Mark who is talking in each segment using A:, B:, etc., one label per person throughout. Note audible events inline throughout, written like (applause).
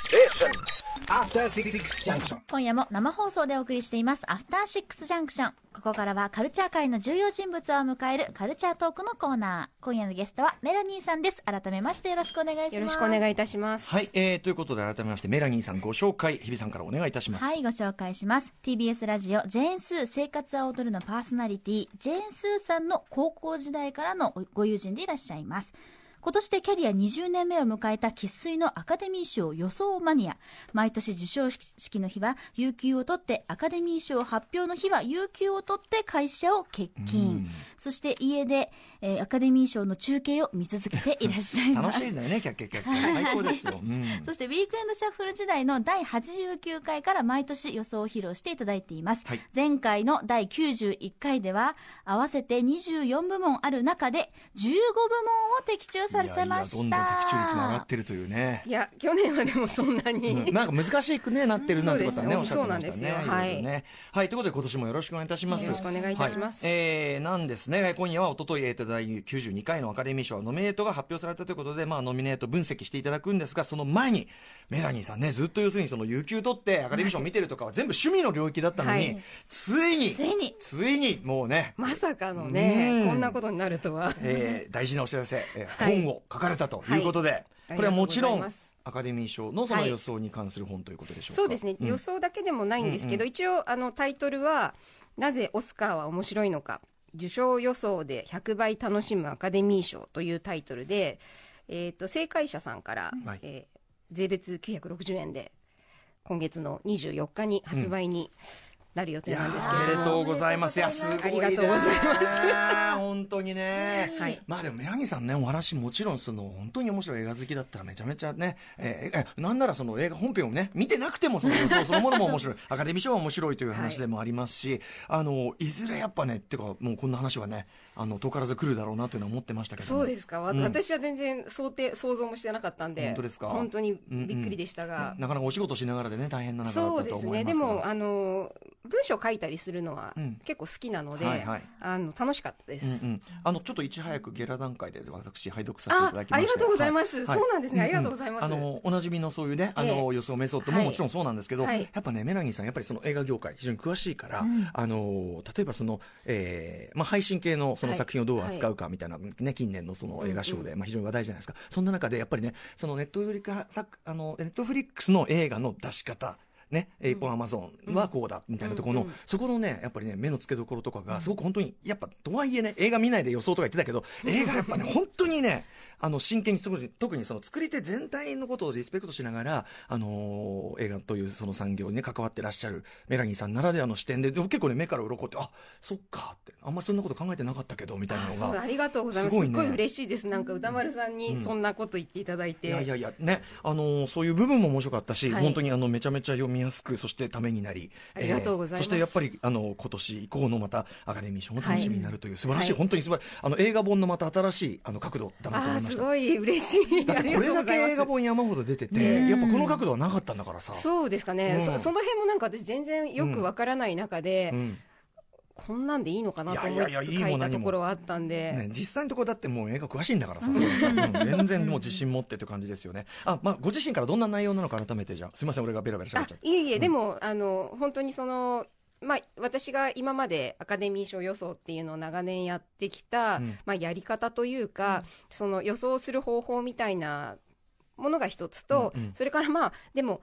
A: Station. After Six Junction.
B: 今夜も生放送でお送りしていますアフターシックスジャンクションここからはカルチャー界の重要人物を迎えるカルチャートークのコーナー今夜のゲストはメラニーさんです改めましてよろしくお願いします
C: よろしくお願いいたします。
D: はい、えー、ということで改めましてメラニーさんご紹介日比さんからお願いいたします、
B: はい、ご紹介します。TBS ラジオ、ジェーンスー生活は踊るのパーソナリティ、ジェーンスーさんの高校時代からのご友人でいらっしゃいます。今年でキャリア20年目を迎えた生粋のアカデミー賞予想マニア。毎年受賞式の日は、有給を取って、アカデミー賞発表の日は、有給を取って会社を欠勤。そして家で、えーアカデミー賞の中継を見続けていらっしゃいま
D: 楽
B: す。
D: しいんだよねキャッキャッキャッキャ最高です
C: (laughs)
D: よ、うん
B: そして、ウィークエンドシャッフル時代の第89回から毎年予想を披露していただいています。
D: はい
B: 前回の第91回では、合わせて24部門ある中で、15部門を的中させました。
D: いやいやどんどん的中率も上がってるというね
C: いや、去年はでもそんなに。
D: うんなんか難しくねなってるなんてことはね、
C: うん
D: おっしゃってましたね。
C: そうなんですよ
D: いろいろねはい、ということで今年もよろしくお願いいたします。
C: よろしくお願いいたします
D: はえー、なんですね、今夜はおととい、えーと、第92回のアカデミー賞ノミネートが発表されたということで、まあ、ノミネート分析していただくんですが、その前に、メラニーさんね、ずっと要するにその、有給取ってアカデミー賞見てるとかは全部趣味の領域だったのに、
C: はい
D: ついに、
B: ついに
D: ついにもうね、
C: まさかのね
D: う、ん
C: こんなことになるとは。
D: えー大事なお知らせ、えー
C: はい
D: 本を書かれたということで、これはもち
C: あ
D: ろ
C: りがとうござい
D: ん
C: ます
D: アカデミー賞のその
C: はい
D: 予想に関する本ということでしょうか。
C: そうですね、
D: ん
C: 予想だけでもないんですけど、一応あのタイトルは「なぜオスカーは面白いのか受賞予想で100倍楽しむアカデミー賞」というタイトルで、えー、と正解者さんから、
D: はい
C: えー税別960円で今月の24日に発売になる予
D: い
C: 定
D: や
C: なんですけ
D: ーおめ
C: れ
D: で
C: ども、
D: とうございます。いや、すごいですね。
C: ありがとうござい
D: ます。本当にね。
C: はい
D: まあでも、宮城さんね、お話もちろん、その、本当に面白い映画好きだったらめちゃめちゃね、えーえなんならその映画本編をね、見てなくてもその予想そのものも面白い、
C: (laughs)
D: アカデミー賞は面白いという話でもありますし、あの、いずれやっぱね、ってか、もうこんな話はね、あの、遠からず来るだろうなというのは思ってましたけども
C: そうですか、わ
D: うん
C: 私は全然想定想像もしてなかったんで
D: 本当ですか
C: 本当にびっくりでしたが、
D: なかなかお仕事しながらでね、大変な中だ
C: そう
D: った
C: で
D: と
C: す
D: 思い
C: ね
D: ま
C: です
D: が
C: もあの文章書いたりするのは
D: うん
C: 結構好きなので、
D: はいはい
C: あの楽しかったです、
D: うんうん、あのちょっといち早くゲラ段階で私拝読させてい
C: あ
D: ただきま
C: あ
D: した
C: りがとうございます、そうなんですね、
D: ん
C: ありがとうございます、
D: あのおなじみのそういうねあの、
C: え
D: 予想メソッドも
C: はい
D: もちろんそうなんですけど、
C: はい
D: やっぱねメラニーさんやっぱりその映画業界非常に詳しいから、あの例えばその、えーまあ、配信系のその
C: はい
D: 作品をどう扱うかみたいな、ね近年のその映画賞で、まあ、非常に話題じゃないですかそんな中でやっぱりねそのネットフリカ作あのネットフリックスの映画の出し方ね、えー一本アマゾンはこうだ、みたいなところの、
C: うんうん
D: そこのね、やっぱりね、目の付けどころとかが、すごく本当に、やっぱ、とはいえね、映画見ないで予想とか言ってたけど、映画やっぱね、本当にね、あの、真剣に、特に特にその作り手全体のことをリスペクトしながら、あのー映画というその産業にね、関わってらっしゃるメラニーさんならではの視点で、でも結構ね、目から鱗って、あ、そっかって、あんまりそんなこと考えてなかったけど、みたいな
C: あ
D: の
C: そう
D: が
C: あ。りがとうございます
D: す
C: す
D: ごいね
C: っごい嬉しいですなんか歌丸さん
D: う
C: に
D: ん
C: そんなこと言っていただいて、
D: いやいやいや、ね、あのーそういう部分も面白かったし、
C: はい
D: 本当にあの、めちゃめちゃ読みやすく、そしてためになり、
C: ありがとうございます
D: そしてやっぱり、あの、今年以降のまた、アカデミー賞も楽しみになるという、素晴らしい、
C: はい
D: 本当に素晴らしい、あの、映画本のまた新しい、あの、角度だなと思
C: あ
D: い
C: ー
D: まし
C: す
D: た。
C: ごい嬉しい
D: だってこれだけ
C: ありがとうございま
D: 映画
C: す
D: 本山ほど出てて、
C: ねえ
D: やっぱこの角度はなかったんだからさ。
C: そうですかね、
D: う
C: そ
D: ん
C: その辺もなんか私全然よくわからない中で、
D: うん
C: こんなんでいいのかなと
D: い
C: 思
D: や
C: い
D: いや
C: つ
D: い
C: つ
D: やいい
C: 書
D: も
C: いた
D: 何も
C: ところはあったんで、
D: ね、実際のところだってもう映画詳しいんだからさ、それさうん全然もう自信持ってという感じですよね。あ、まあ、ご自身からどんな内容なのか改めてじゃあ、すみません、俺がベラベラしゃべっ
C: あ
D: ちゃって。
C: いえいえ、でもあの本当にその、まあ、私が今までアカデミー賞予想っていうのを長年やってきた、
D: うん
C: まあ、やり方というか、その予想する方法みたいなものが一つと、
D: うんうん
C: それからまあでも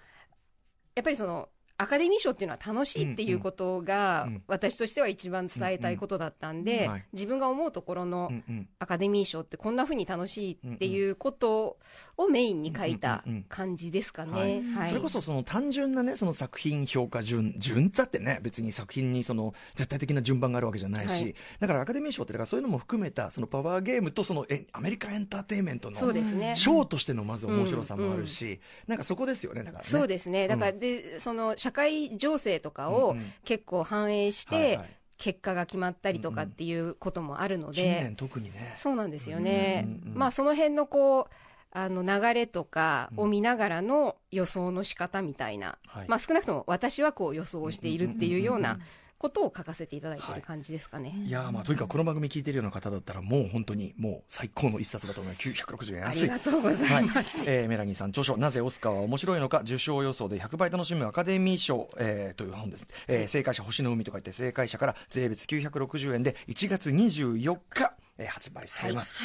C: やっぱりその。アカデミー賞っていうのは楽しいっていうことが、
D: うんうん
C: 私としては一番伝えたいことだったんで、
D: うんうんはい
C: 自分が思うところの
D: うんうん
C: アカデミー賞ってこんな風に楽しいっていうことをメインに書いた感じですかね。
D: はい
C: はい
D: それこそその単純なねその作品評価順順だってね別に作品にその絶対的な順番があるわけじゃないし、
C: はい
D: だからアカデミー賞ってだからそういうのも含めたそのパワーゲームとそのえアメリカエンターテインメントの
C: そうですね。
D: ショーとしてのまず面白さもあるし、なんかそこですよねだからね。
C: そうですね。だから、
D: う
C: で、その社会情勢とか
D: う
C: を
D: んうん
C: 結構反映し
D: はい
C: て
D: はい、
C: 結果が決まったりとかっていうこともあるの
D: 近
C: で、
D: 年特にね。
C: そうなんですよね
D: うんうんう。ん
C: まあ、その辺のこう、あの流れとかを見ながらの予想の仕方みたいな、
D: はい
C: まあ少なくとも私はこう予想をしているっていうようなことを書かせていただいている感じですかね。
D: いやーまあとにかくこの番組聞いてるような方だったらもう本当にもう最高の一冊だと思います960円
C: あ
D: 安
C: り
D: い
C: がとうございます。
D: はいえーメラニーさん著書「なぜオスカーは面白いのか」受賞予想で100倍楽しむアカデミー賞、えーという本です、えー正解者星の海と書いて正解者から税別960円で1月24日、えー発売されます、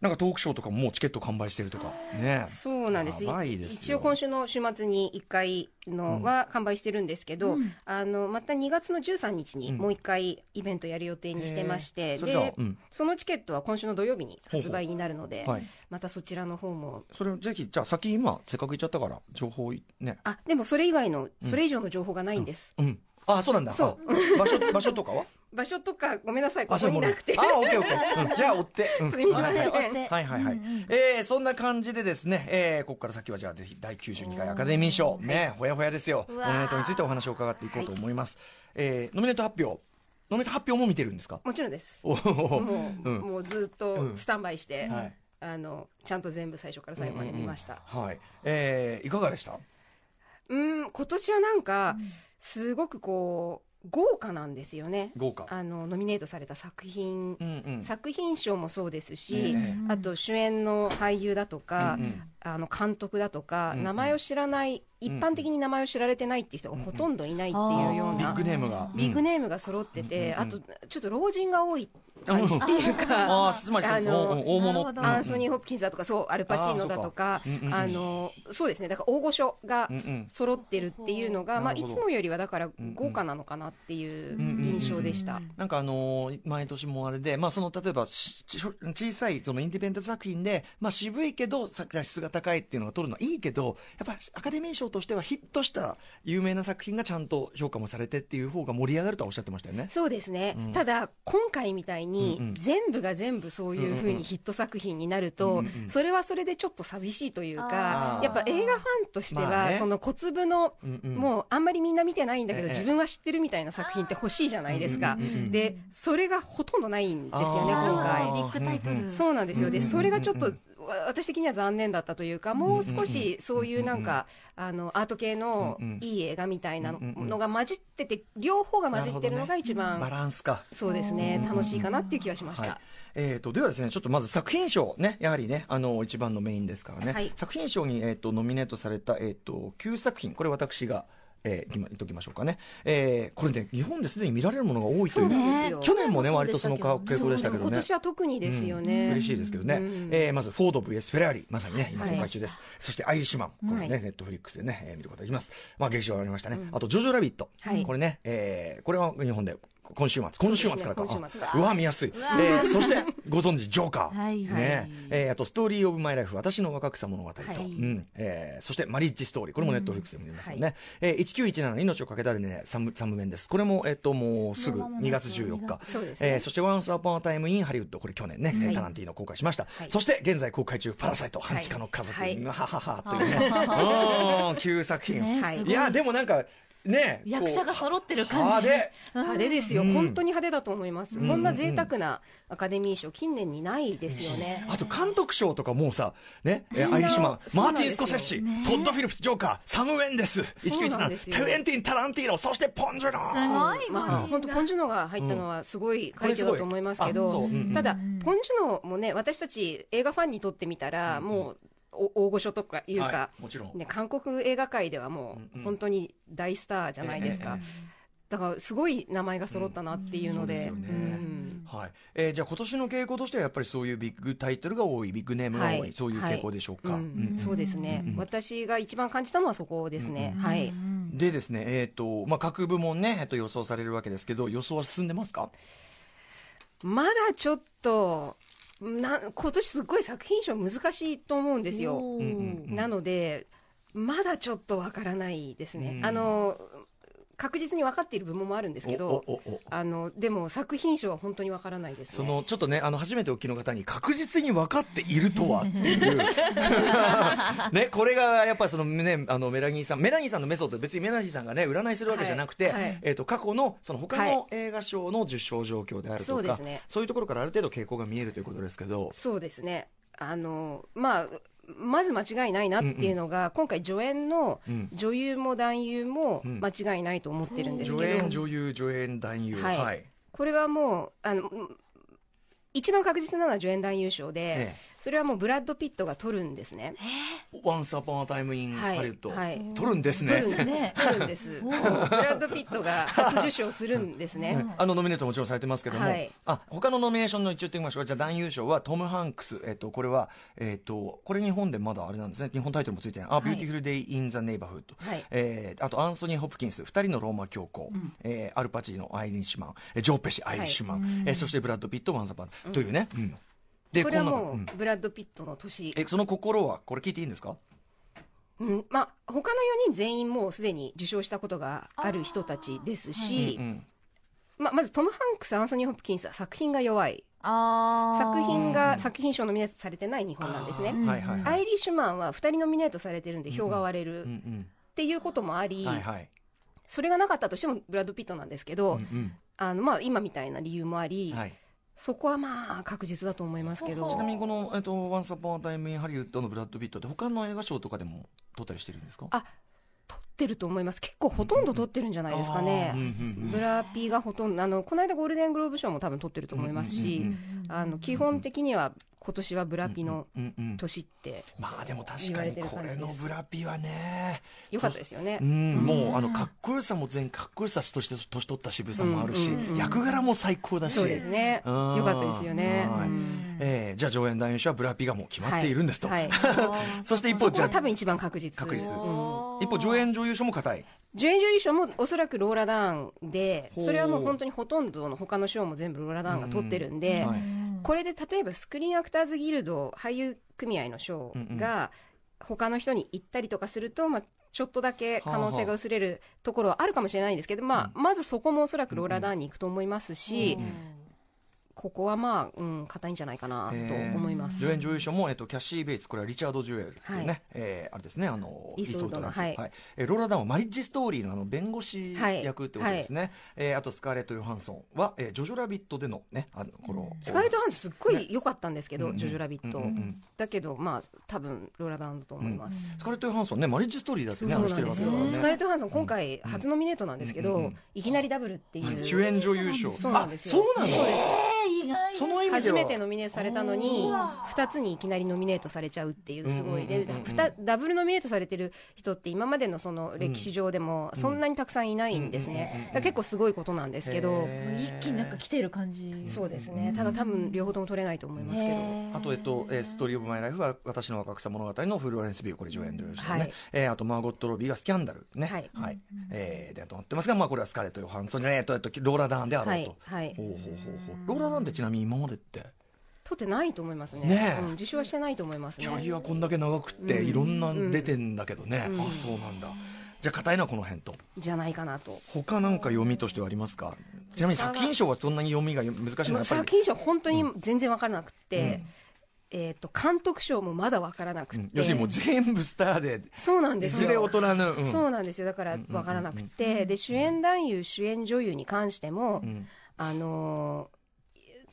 D: なんかトークショーとかももうチケット完売してるとかね
C: そうなんです
D: やばいですよ
C: 一応今週の週末に1回のは完売してるんですけど、あのまた2月の13日にもう1回イベントやる予定にしてまして、
D: へーそれじゃあ
C: で
D: うん
C: そのチケットは今週の土曜日に
D: ほうほう
C: 発売になるので
D: はい
C: またそちらの方も
D: それをぜひじゃあ先今せっかく言っちゃったから情報いね
C: あでもそれ以外のそれ以上の情報がないんです、
D: うんあそうなんだ
C: そう
D: あ場所場所とかは
C: 場所とかごめんなさいこ
D: (laughs) あ
C: こ
D: そう
C: になくて
D: あオッケーオッケー、うんじゃあ追って、うん
C: すみま
D: は
C: せ
D: い
C: ん
D: はい
B: 追って
D: はいはいはい、
B: うんうん
D: えーそんな感じでですね、えーここから先はじゃあぜひ第92回アカデミー賞ねほやほやですよノ
B: う
D: ミネ
B: わー
D: ートについてお話を伺っていこうと思います、えーノミネート発表ノミネート発表も見てるんですか
C: もちろんです
D: おー
C: もう,、
D: うん
C: もうずっとスタンバイして、
D: うんはい
C: あのちゃんと全部最初から最後まで見ました、
D: はいえーいかがでした
C: うん、今年はなんか、すごくこう、豪華なんですよね。
D: 豪華
C: あの、ノミネートされた作品、
D: うんうん
C: 作品賞もそうですし、
D: え
B: え
C: あと主演の俳優だとか、
D: うんうん
C: あの監督だとか、
D: うんうん
C: 名前を知らない、一般的に名前を知られてないっていう人がほとんどいないっていうよう
D: ビッ
C: な、
D: グネームが
C: ビッグ
D: ネ
C: ネームが揃ってて、あと、ちょっと老人が多い
D: ー
C: 感じっていうか、
D: (laughs) ああーつまりそ
C: あの
D: のお大
B: な
D: 物
B: るほど
D: うんうん
C: アンソニー・ホプキンスだとか、そう、アルパチーノだとか、
D: あーそうかうんうんうん
C: あの、そうですね、だから大御所が
D: うんうん
C: 揃ってるっていうのが、まあ、
D: なる
C: い
D: ほど
C: つもよりはだから
D: んうん
C: 豪華なのかなっていう
D: うんうんうん
C: 印象でした。
D: なんかあのー毎年もあれで、まあ、その例えばしちょ小さいそのインディペンデント作品で、まあ、渋いけどさ質が高いっていうのが取るのはいいけどやっぱりアカデミー賞としてはヒットした有名な作品がちゃんと評価もされてっていう方が盛り上がるとはおっしゃってましたよね。
C: そうですね、
D: うん
C: ただ、今回みたい
D: うんう
C: に
D: ん、
C: 全部が全部そういうふうにヒット作品になると、
D: うんうん
C: それはそれでちょっと寂しいという
D: あ
C: か
D: ー、
C: やっぱ映画ファンとしては、
D: まあね
C: その小粒の、
D: うんうん
C: もうあんまりみんな見てないんだけど、
D: ええ
C: 自分は知ってるみたいな作品って欲しいじゃないですか、
D: うんうんうんうん
C: でそれがほとんどないんですよね、
D: あー
B: な
C: 今
B: る
C: 回
B: ほ。どビッグタイト
D: うんう
B: ル。
D: ん
C: そうなんですよ。
D: う
C: で、
D: ん
C: それがちょっ
D: う
C: と
D: ん、
C: わ私的には残念だったというか、もう少しそういうなんか、あの、アート系の
D: うんうん
C: いい映画みたいな
D: うんうんうん
C: のが混じってて、両方が混じってるのが一
D: バ
C: 番、
D: ランスか
C: そうですね、楽しいかなっていう気はしまし
D: はい
C: た。
D: えー、とではですねちょっとまず作品賞ねやはりねあの一番のメインですからね、
C: はい
D: 作品賞に、えー、とノミネートされた、えー、と9作品これ私が、えー、今言っときましょうかね、えーこれね日本ですでに見られるものが多いと
C: そ
D: いう
C: うなんですよ
D: 去年もね
B: 去年もそうで
D: 割
B: し
D: と
B: た
D: そ
B: けど
D: の傾向でしたけど
C: 今
D: ね
C: 年は特にですよ
D: うん
C: ね。
D: 嬉しいですけどね、
C: うん
D: えーまずフォード VS フェラーリまさにね今
C: はい
D: 公開中です、そしてアイリッシュマンこれね、
C: はい
D: ネットフリックスでね、えー見ることができますまあ劇場ありましたね、あとジョジョラビット、
C: はい
D: これね、えーこれは日本で今週末今週末からか、
C: そうですね今週末
D: あうわ見やすいえーそしてご存知ジョーカー、
B: はい
D: ねえーあとストーリーオブマイライフ私の若草物語と、
C: はい
D: うんえーそしてマリッジストーリーこれもネットフリックスで見れますよね、えー1917の命をかけたでねサムサムメンですこれもえっ、ともうすぐ
B: もう間も
D: 2
B: な
D: 月
B: く
D: 14日
C: そうですね
D: えーそして Once Upon a Time in Hollywood これ去年ね、
C: はい
D: タランティーノ公開しました、
C: はい
D: そして現在公開中パラサイト
C: はい
D: 半地下の家族、
C: はい
D: ははははというねうん旧作品、
B: ね
C: はい
B: すご
D: いやでもなんかねこう
B: 役者が揃ってる感
D: 派
B: じ。
D: 手
C: 派手ですよ、
D: うん
C: 本当に派手だと思います、
D: ん
C: こんな贅沢なアカデミー賞、近年にないですよね。
D: あと監督賞とかもうさ、ね、えアイリッシュマン、
C: そうな
D: マー
C: ん
D: テ
C: ですよ
D: ィン・スコセッシ、トッド・フィルプス・ジョーカー、サム・ウェンデス、
C: そうなんです
D: 1917、
C: よ
D: トゥエンティン・タランティーノ、そしてポン・ジュノ
B: すごいわ。
C: まあ、本当ポン・ジュノが入ったのはすごい快挙だと思いますけ
D: うんこれすごいあそ
C: ど
D: ううんうん、
C: ただ、ポン・ジュノもね、私たち映画ファンにとってみたら、もう、お大御所とかいう
D: は
C: か
D: いもちろん、
C: ね、韓国映画界ではも
D: う
C: う
D: んう
C: ん本当に大スターじゃないです
D: え
C: か
D: ええ。
C: だから、すごい名前が揃ったなっていうので。
D: うんそうです
C: う
D: よね
C: ん
D: はいえーじゃあ今年の傾向としてはやっぱりそういうビッグタイトルが多いビッグネームが多い、
C: はい
D: そういう傾向でしょうか、
C: はい
D: うん
C: んそうですね。私が一番感じたのはそこですね。はい。
D: でですね、えーとまあ、各部門ね、えっと、予想されるわけですけど予想は進んでますか
C: まだちょっと、な今年すごい作品賞難しいと思うんですよ。
B: お
D: うんう
B: ー
D: んうん
C: なので、まだちょっとわからないですね、
D: うん
C: あの確実に分かっている部門もあるんですけど、
D: おおおお
C: あのでも作品賞は本当にわからないですね。
D: そのちょっとねあの初めてお聞きの方に確実に分かっているとはっていう (laughs) ねこれがやっぱりそのねあのメラニーさんメラニーさんのメソッド別にメラニーさんがね占いするわけじゃなくて、
C: はいはい
D: えっ、と過去のその他
C: は
D: の映画賞の受賞状況であるとか、
C: そうですね
D: そういうところからある程度傾向が見えるということですけど
C: そうですねあのまあまず間違いないなっていうのが、今回助演の
D: うん
C: 女優も男優も
D: うん
C: 間違いないと思ってるんです
D: 助
C: けど、
D: 演女優助演男優は、
C: はいいこれはもうあのうん一番確実なのは助演男優賞で、
D: ええ
C: それはもうブラッド・ピットが取るんですね。
D: ワンサポンタイムイン
C: はい
D: ハリウッド、
C: はい
D: 取るんです
C: 取るん
D: ね
C: で
B: ね
C: 取るんです。
D: (laughs)
C: ブラッド・ピットが初受賞するんですね。
D: あのノミネートもちろんされてますけども、
C: はい
D: あ他のノミネーションの一応言ってみましょうかじゃあ男優賞はトム・ハンクス、えっとこれは、えっとこれ日本でまだあれなんですね日本タイトルもついてない「あ、
B: い
D: Beautiful Day in the Neighborhood
C: はい」
D: えーあとアンソニー・ホプキンス二人のローマ教皇、えーアルパチーノアイリッシュマンえージョーペシアイリッシュマン、えーそしてブラッド・ピット・ワンサパンというね、うんで
C: これは
D: んなの
C: も
D: うん
C: うブラッド・ピットの年、
D: えその心はこれ聞いていいんですか
C: うんまあ他の4人全員もうすでに受賞したことがある人たちですし、
D: うん
C: まあ、まずトム・ハンクス、アンソニー・ホプキンスは作品が弱い、
B: あ
C: 作品
B: が
C: が作品賞ノミネートされてない日本なんですね。
D: あーはいはいは
C: ア
D: い
C: イリッシュマンは2人ノミネートされてるんで票が割れる
D: う
C: っ
D: ん
C: ていうこともあ
D: う
C: り
D: ん、はいはい
C: それがなかったとしてもブラッド・ピットなんですけど、
D: うん
C: あのまあ、今みたいな理由もあ
D: う
C: り
D: ん、はい
C: そこはまあ確実だと思いますけど
D: ちなみにこの、えっと、ワンサポンタイムインハリウッドのブラッド・ピットって他の映画賞とかでも撮ったりしてるんですか
C: あ撮ってると思います結構ほとんど撮ってるんじゃないですかね。
D: うんうんうん
C: ブラピーがほとんどあのこの間ゴールデングローブ賞も多分取ってると思いますし、
D: うんうん
C: あの基本的には今年はブラピの
D: うんうん
C: 年って
D: まあでも確
C: 言
D: か
C: われ
D: に
C: てる
D: こ
C: 感じ
D: れ
C: です
D: のブラピはね
C: 良かったですよね
D: う。ん、もうあのかっこよさも全かっこよさとして年取った渋さもあるし、
C: うんうんうん
D: 役柄も最高だし、
C: そうですね。
D: うん
C: 良かったですよね。
D: はい
C: うん
D: えーじゃあ上演男優賞はブラピがもう決まっているんですと、 (laughs)
C: はい。
D: そして一
C: そこ
D: 方じゃ
C: は
D: あ
C: 多分一番確実。
D: 確実
C: うん
D: 一方上演女優賞も固い
C: 助演女優賞もおそらくローラダーンで、
D: ほう
C: それはもう本当にほとんどの他の賞も全部ローラダーンが取ってるんで、
D: はい
C: これで例えばスクリーンアクターズギルド俳優組合の賞が他の人に行ったりとかすると、まあ、ちょっとだけ可能性が薄れるところはあるかもしれないんですけど、まあ、まずそこもおそらくローラダーンに行くと思いますし、ここはまあ、うん、硬いんじゃないかなと思います。
D: 助演女優賞も、えっと、キャシー・ベイツ、これはリチャード・ジュエルっていうね、
C: はい
D: えーあれですね、あの、
C: イーストウッドの
D: イーストランズ
C: はい
D: えーローラ・ダウンはマリッジ・ストーリーのあの弁護士
C: はい
D: 役ってことですね。えーあと、スカーレット・ヨハンソンは、えージョジョ・ラビットでのね、あの、この、
C: スカーレット・ハンスすっごい良かったんですけど、
D: ね
C: ジョジョ・ラビット、
D: うんうんうん
C: だけどまあ多分ローラダーンだと思います、
D: スカーレット・ヨハンソンね、マリッジ・ストーリーだってね、
C: そう
D: し
C: な
D: て
C: ん
D: る
C: で
D: わ
C: す
D: け
C: よ
D: だから
C: スカーレッ
D: ね。
C: ト・ハンソン今回初ノミネートなんですけど、
D: うんうん
C: いきなりダブルっていう、
D: 主演女優賞。
C: そうなんですよ
D: あ、そうな
C: そう
D: の
C: です
B: えー、意外
D: その意味で
C: 初
D: は
C: めてノミネートされたのに2つにいきなりノミネートされちゃうっていうすごいで
D: うんうんうんうん
C: ふたダブルノミネートされてる人って今までのその歴史上でもそんなにたくさんいないんですねだから結構すごいことなんですけど
D: へ
E: 一気になんか来てる感じ
C: そうですねただ多分両方とも取れないと思いますけど
D: あと、えっと、えーストーリー・オブ・マイ・ライフは、私の若草物語のフローレンス・ビュー、これ上演女優賞ね。
C: はい
D: えーあと、マーゴット・ロビーがスキャンダルね。は
C: はいい。
D: えーで、となってますが、まあ、これはスカーレット・ヨハンソンじゃねええっと、えっと、ローラ・ダーンであ
C: は
D: ろう
C: い
D: と。
C: はい
D: ほうほうほうほうローラ・ダーンってちなみに今までって、
C: 取ってないと思いますね
D: ねえ
C: うん受賞はしてないと思いますね
D: キャリアこんだけ長くって、いろんな出てんだけどね。あ、そうなんだ。じゃあ、硬いのはこの辺と。
C: じゃないかなと
D: 他なんか読みとしてはありますかちなみに作品賞はそんなに読みが難しいのはやっぱ
C: 作
D: り。
C: 品賞本当に全然分からなくて、えっと監督賞もまだ分からなく
D: う
C: て、
D: ん要するにもう全部スターで、
C: そうなん
D: い
C: です
D: ず
C: よ
D: れ劣らぬ。うん
C: そうなんですよだから分からなくて、で主演男優主演女優に関しても、
D: ん
C: あの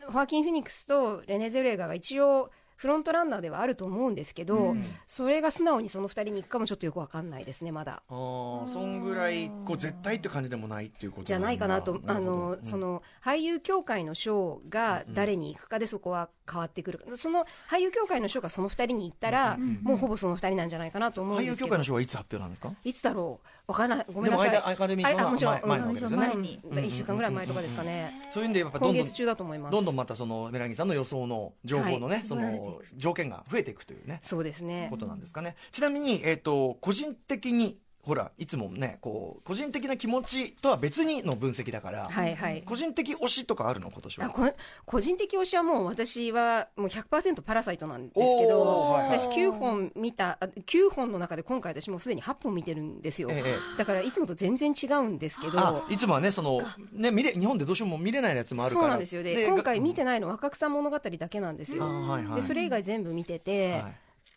C: ーホアキン・フェニックスとレネ・ゼルエガが一応フロントランナーではあると思うんですけど、それが素直にその2人に行くかもちょっとよく分かんないですねまだ。
D: あーそんぐらいこう絶対って感じでもないっていうことんだ
C: じゃないかなと、あ
D: るほど
C: の、その、俳優協会の賞が誰に行くかでそこは変わってくる。その、俳優協会の賞がその二人に行ったら、もうほぼその二人なんじゃないかなと思うん
D: 俳
C: で
D: 優
C: すけ
D: 協
C: ど。
D: 会の賞はいつ発表なんですか
C: いつだろうわからない。ごめんなさい。
D: でも間アカデミー賞は
C: ああもちろん
D: 前前なわけですよね
B: 前に
C: うん一週間ぐらい前とかですかね。
D: そういうんでやっぱど
C: 今
D: んどん
C: 月中だと思います。
D: どんどんまたそのメラニーさんの予想の情報のね、そ
B: 絞られてい
D: の条件が増えていくというね
C: そうですね
D: こ。となんですかねちなみに、えっと個人的にほらいつもねこう個人的な気持ちとは別にの分析だから、
C: はいはい。
D: 個人的推しとかあるの今年
C: あ
D: は
C: こ個人的推しはもう私はもう100%パラサイトなんですけ
D: おー
C: ど、
D: はいはい
C: 私9本見た、あ9本の中で今回私もうすでに8本見てるんですよ。
D: ええ
C: だからいつもと全然違うんですけ
D: あ
C: ど、
D: いつもはねそのね見れ日本でどうしても見れないやつもある
C: そ
D: から
C: うなんですよ。で、今回見て
D: な
C: ないの若草物語だけなんですよ。
D: はいはい
C: で、それ以外全部見てて、
D: はい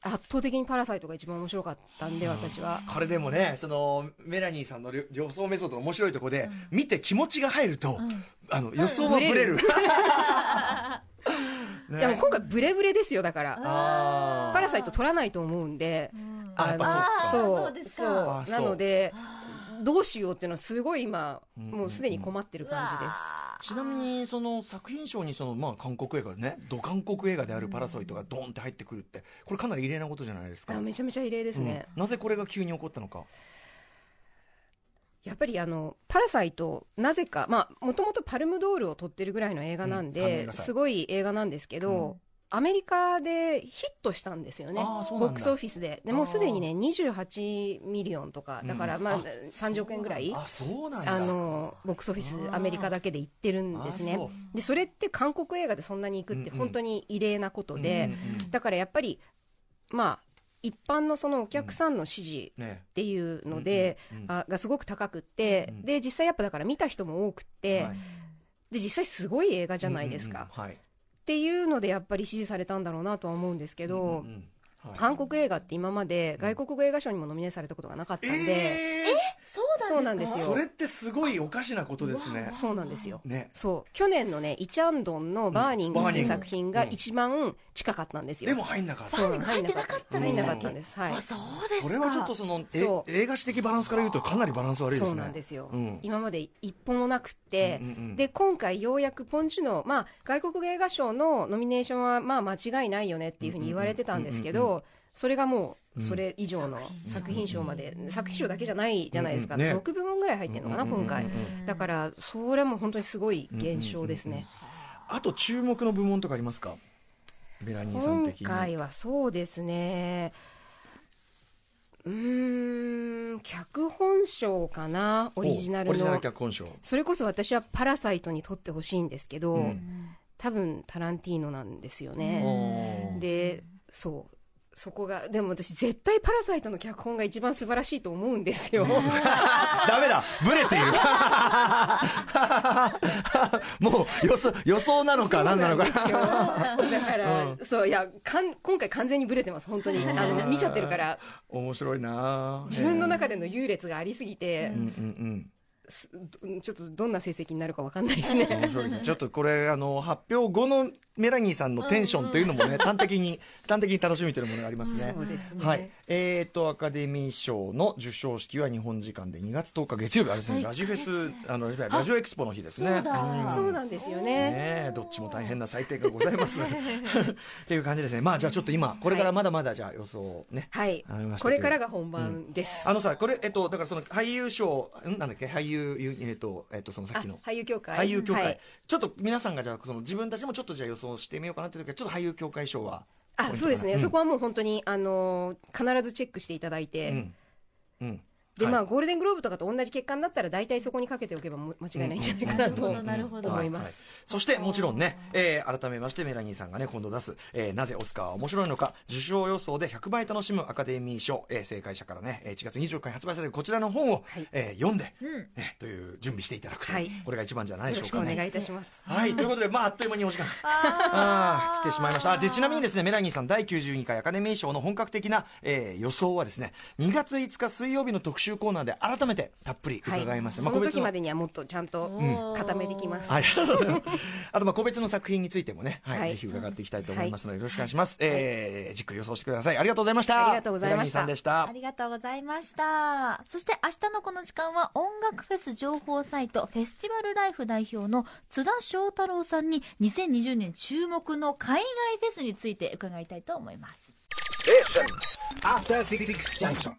C: 圧倒的にパラサイトが一番面白かったんで、私は。
D: これでもね、そのメラニーさんの予想メソッドの面白いところで、見て気持ちが入ると、あの予想はブレる。 (laughs) ね
C: でも今回ブレブレですよだから
D: あー
C: パラサイト取らないと思うんで
D: あやっぱそうか
B: あー
C: そ
B: そう
C: う
B: ですか
D: あ
C: そう
D: そう
C: なのでどうしようっていうのはすごい今
D: うん
C: もうすでに困ってる感じです
D: ちなみにその作品賞にそのまあ韓国映画ねど韓国映画である「パラソイト」がドーンって入ってくるってこれかなり異例なことじゃないですか
C: あめちゃめちゃ異例ですね、
D: うんなぜこれが急に起こったのか
C: やっぱりあの「パラサイト」なぜかまあもともとパルムドールを撮ってるぐらいの映画なん
D: うんパルム映
C: で、
D: 画祭
C: すごい映画なんですけど、アメリカでヒットしたんですよね
D: あーそう
C: ボ
D: な
C: ッ
D: んだ
C: クスオフィスででもうすでにね28ミリオンとかだから
D: うん
C: まあ
D: あ
C: 30億円ぐらい
D: あそうなんだ
C: あのボックスオフィス
D: あー
C: アメリカだけで行ってるん
D: あ
C: です
D: そ
C: ね
D: う
C: でそれって韓国映画でそんなに行くって
D: うんうん
C: 本当に異例なことで、
D: うんうんうん
C: だからやっぱりまあ一般のそのお客さんの支持
D: ね
C: っていうので、
D: うんうんうん
C: あがすごく高くって、
D: うん
C: で実際やっぱだから見た人も多くって、
D: はい
C: で実際すごい映画じゃないですか、っ
D: うんうんうんはい
C: ていうのでやっぱり支持されたんだろうなとは思うんですけど、
D: うんうんうんはい
C: 韓国映画って今まで外国語映画賞にもノミネートされたことがなかったんで、
D: え
B: そうなんです
D: ー
B: か
D: それってすごいおかしなことですね
C: そうなんですよ
D: ね
C: そう去年のねイチャンドンの「バーニング」
D: うん
C: っていう作品が
D: バーニング
C: 一番近かったんですよ、
D: でも入んなかった
C: そう
B: バーニング入ってなかったん
C: 入
B: で
C: ん
B: した
C: な
B: っけ
C: かったんですはい
B: あそうですか
D: それはちょっとそのえ
C: そう
D: 映画史的バランスから言うとかなりバランス悪いですね
C: そうなんですよ、
D: うん
C: 今まで一本もなくって、
D: うんうんうん
C: で今回ようやくポン・ジュノ、まあ、外国映画賞のノミネーションはまあ間違いないよねっていうふうに言われてたんですけど、
D: うんうんうん
C: それがもう
D: うん
C: それ以上の作品賞まで、作品賞だけじゃないじゃないですか、
D: うんうんね
C: 6部門ぐらい入ってるのかな、
D: うんうんうんうん
C: 今回だからそれはもう本当にすごい現象ですね、
D: あと注目の部門とかありますかベラニーさん
C: 今
D: 的に
C: 回はそうですねうーん脚本賞かなオリジナル
D: おオリジナ
C: の
D: ル脚本賞
C: それこそ私は「パラサイト」に撮ってほしいんですけど、
D: うん
C: 多分タランティーノなんですよね、
D: おー
C: でそうそこがでも私絶対「パラサイト」の脚本が一番素晴らしいと思うんですよ
D: ダメだブレている (laughs) もう予想予想なのか何なの
C: そう
D: か
C: なんです (laughs) よだから、そういやかん今回完全にブレてます本当にあの見ちゃってるから
D: 面白いな
C: 自分の
D: ね
C: 中での優劣がありすぎて
D: う、んうん
C: すどちょっとどんな成績になるかわかんないですね
D: うん面白いですねちょっとこれあの発表後のメラニーさんのテンションというのもね端的に端的に楽しみというものがありますね
C: そうですね
D: はい、えー、とアカデミー賞の授賞式は日本時間で2月10日月曜日あれですね、
B: はい
D: ラジフェスあのラジオエクスポの日ですね
B: そうだ
C: そうなんですよね
D: ねえどっちも大変な採点がございますっていう感じですねまあじゃあちょっと今これからまだまだじゃあ予想をね、
C: はい
D: わかりました
C: これからが本番です、
D: あのさこれえっとだからその俳優賞んなんだっけ俳優ゆえっとえっとそのさっきの
C: あ俳優協会
D: 俳優協会、
C: はい
D: ちょっと皆さんがじゃあその自分たちもちょっとじゃあ予想してみようかなっていう時はちょっと俳優協会賞は
C: あそうですね、
D: ん
C: そこはもう本当にあのー必ずチェックしていただいて、
D: うんうん
C: で
D: はい
C: まあ、ゴールデングローブとかと同じ結果になったら大体そこにかけておけばも間違いないんじゃないかな
B: う
C: と、
B: んうんうんなるほど
C: 思います、
D: そしてもちろんね、えー改めましてメラニーさんがね今度出す、えーなぜオスカーは面白いのか受賞予想で100倍楽しむアカデミー賞、えー正解者からねえー1月24日に発売されるこちらの本を、
C: はい
D: えー読んで、ねという準備していただくと、
C: はい
D: これが一番じゃないで
C: よろし
D: しょう
C: く
D: か
C: お
D: ね。
C: 願いいたします
D: はい、ということで、まあ、あっという間にお時間。ああー、来てしまいました。あで、ちなみにですね、メラニーさん第92回アカデミー賞の本格的な、えー予想はですね、2月5日水曜日の特集コーナーで改めてたっぷり伺いました。
C: そ
D: 個
C: の
D: 別
C: 時までにはもっとちゃんと固めてきます、
D: はい、ありがとうございます。 (laughs) あと、まあ、個別の作品についてもね、はい、
C: はい
D: ぜひ伺っていきたいと思いますので、よろしくお願いします。えーじっくり予想してください。ありがとうございました。
C: ありがとうございました
D: メラニーさんでした
B: あ。りがとうございました。そして明日のこの時間は音楽フェス情報サイトフェスティバルライフ代表の津田翔太郎さんに2020年注目の海外フェスについて伺いたいと思います。
A: After Six Junction.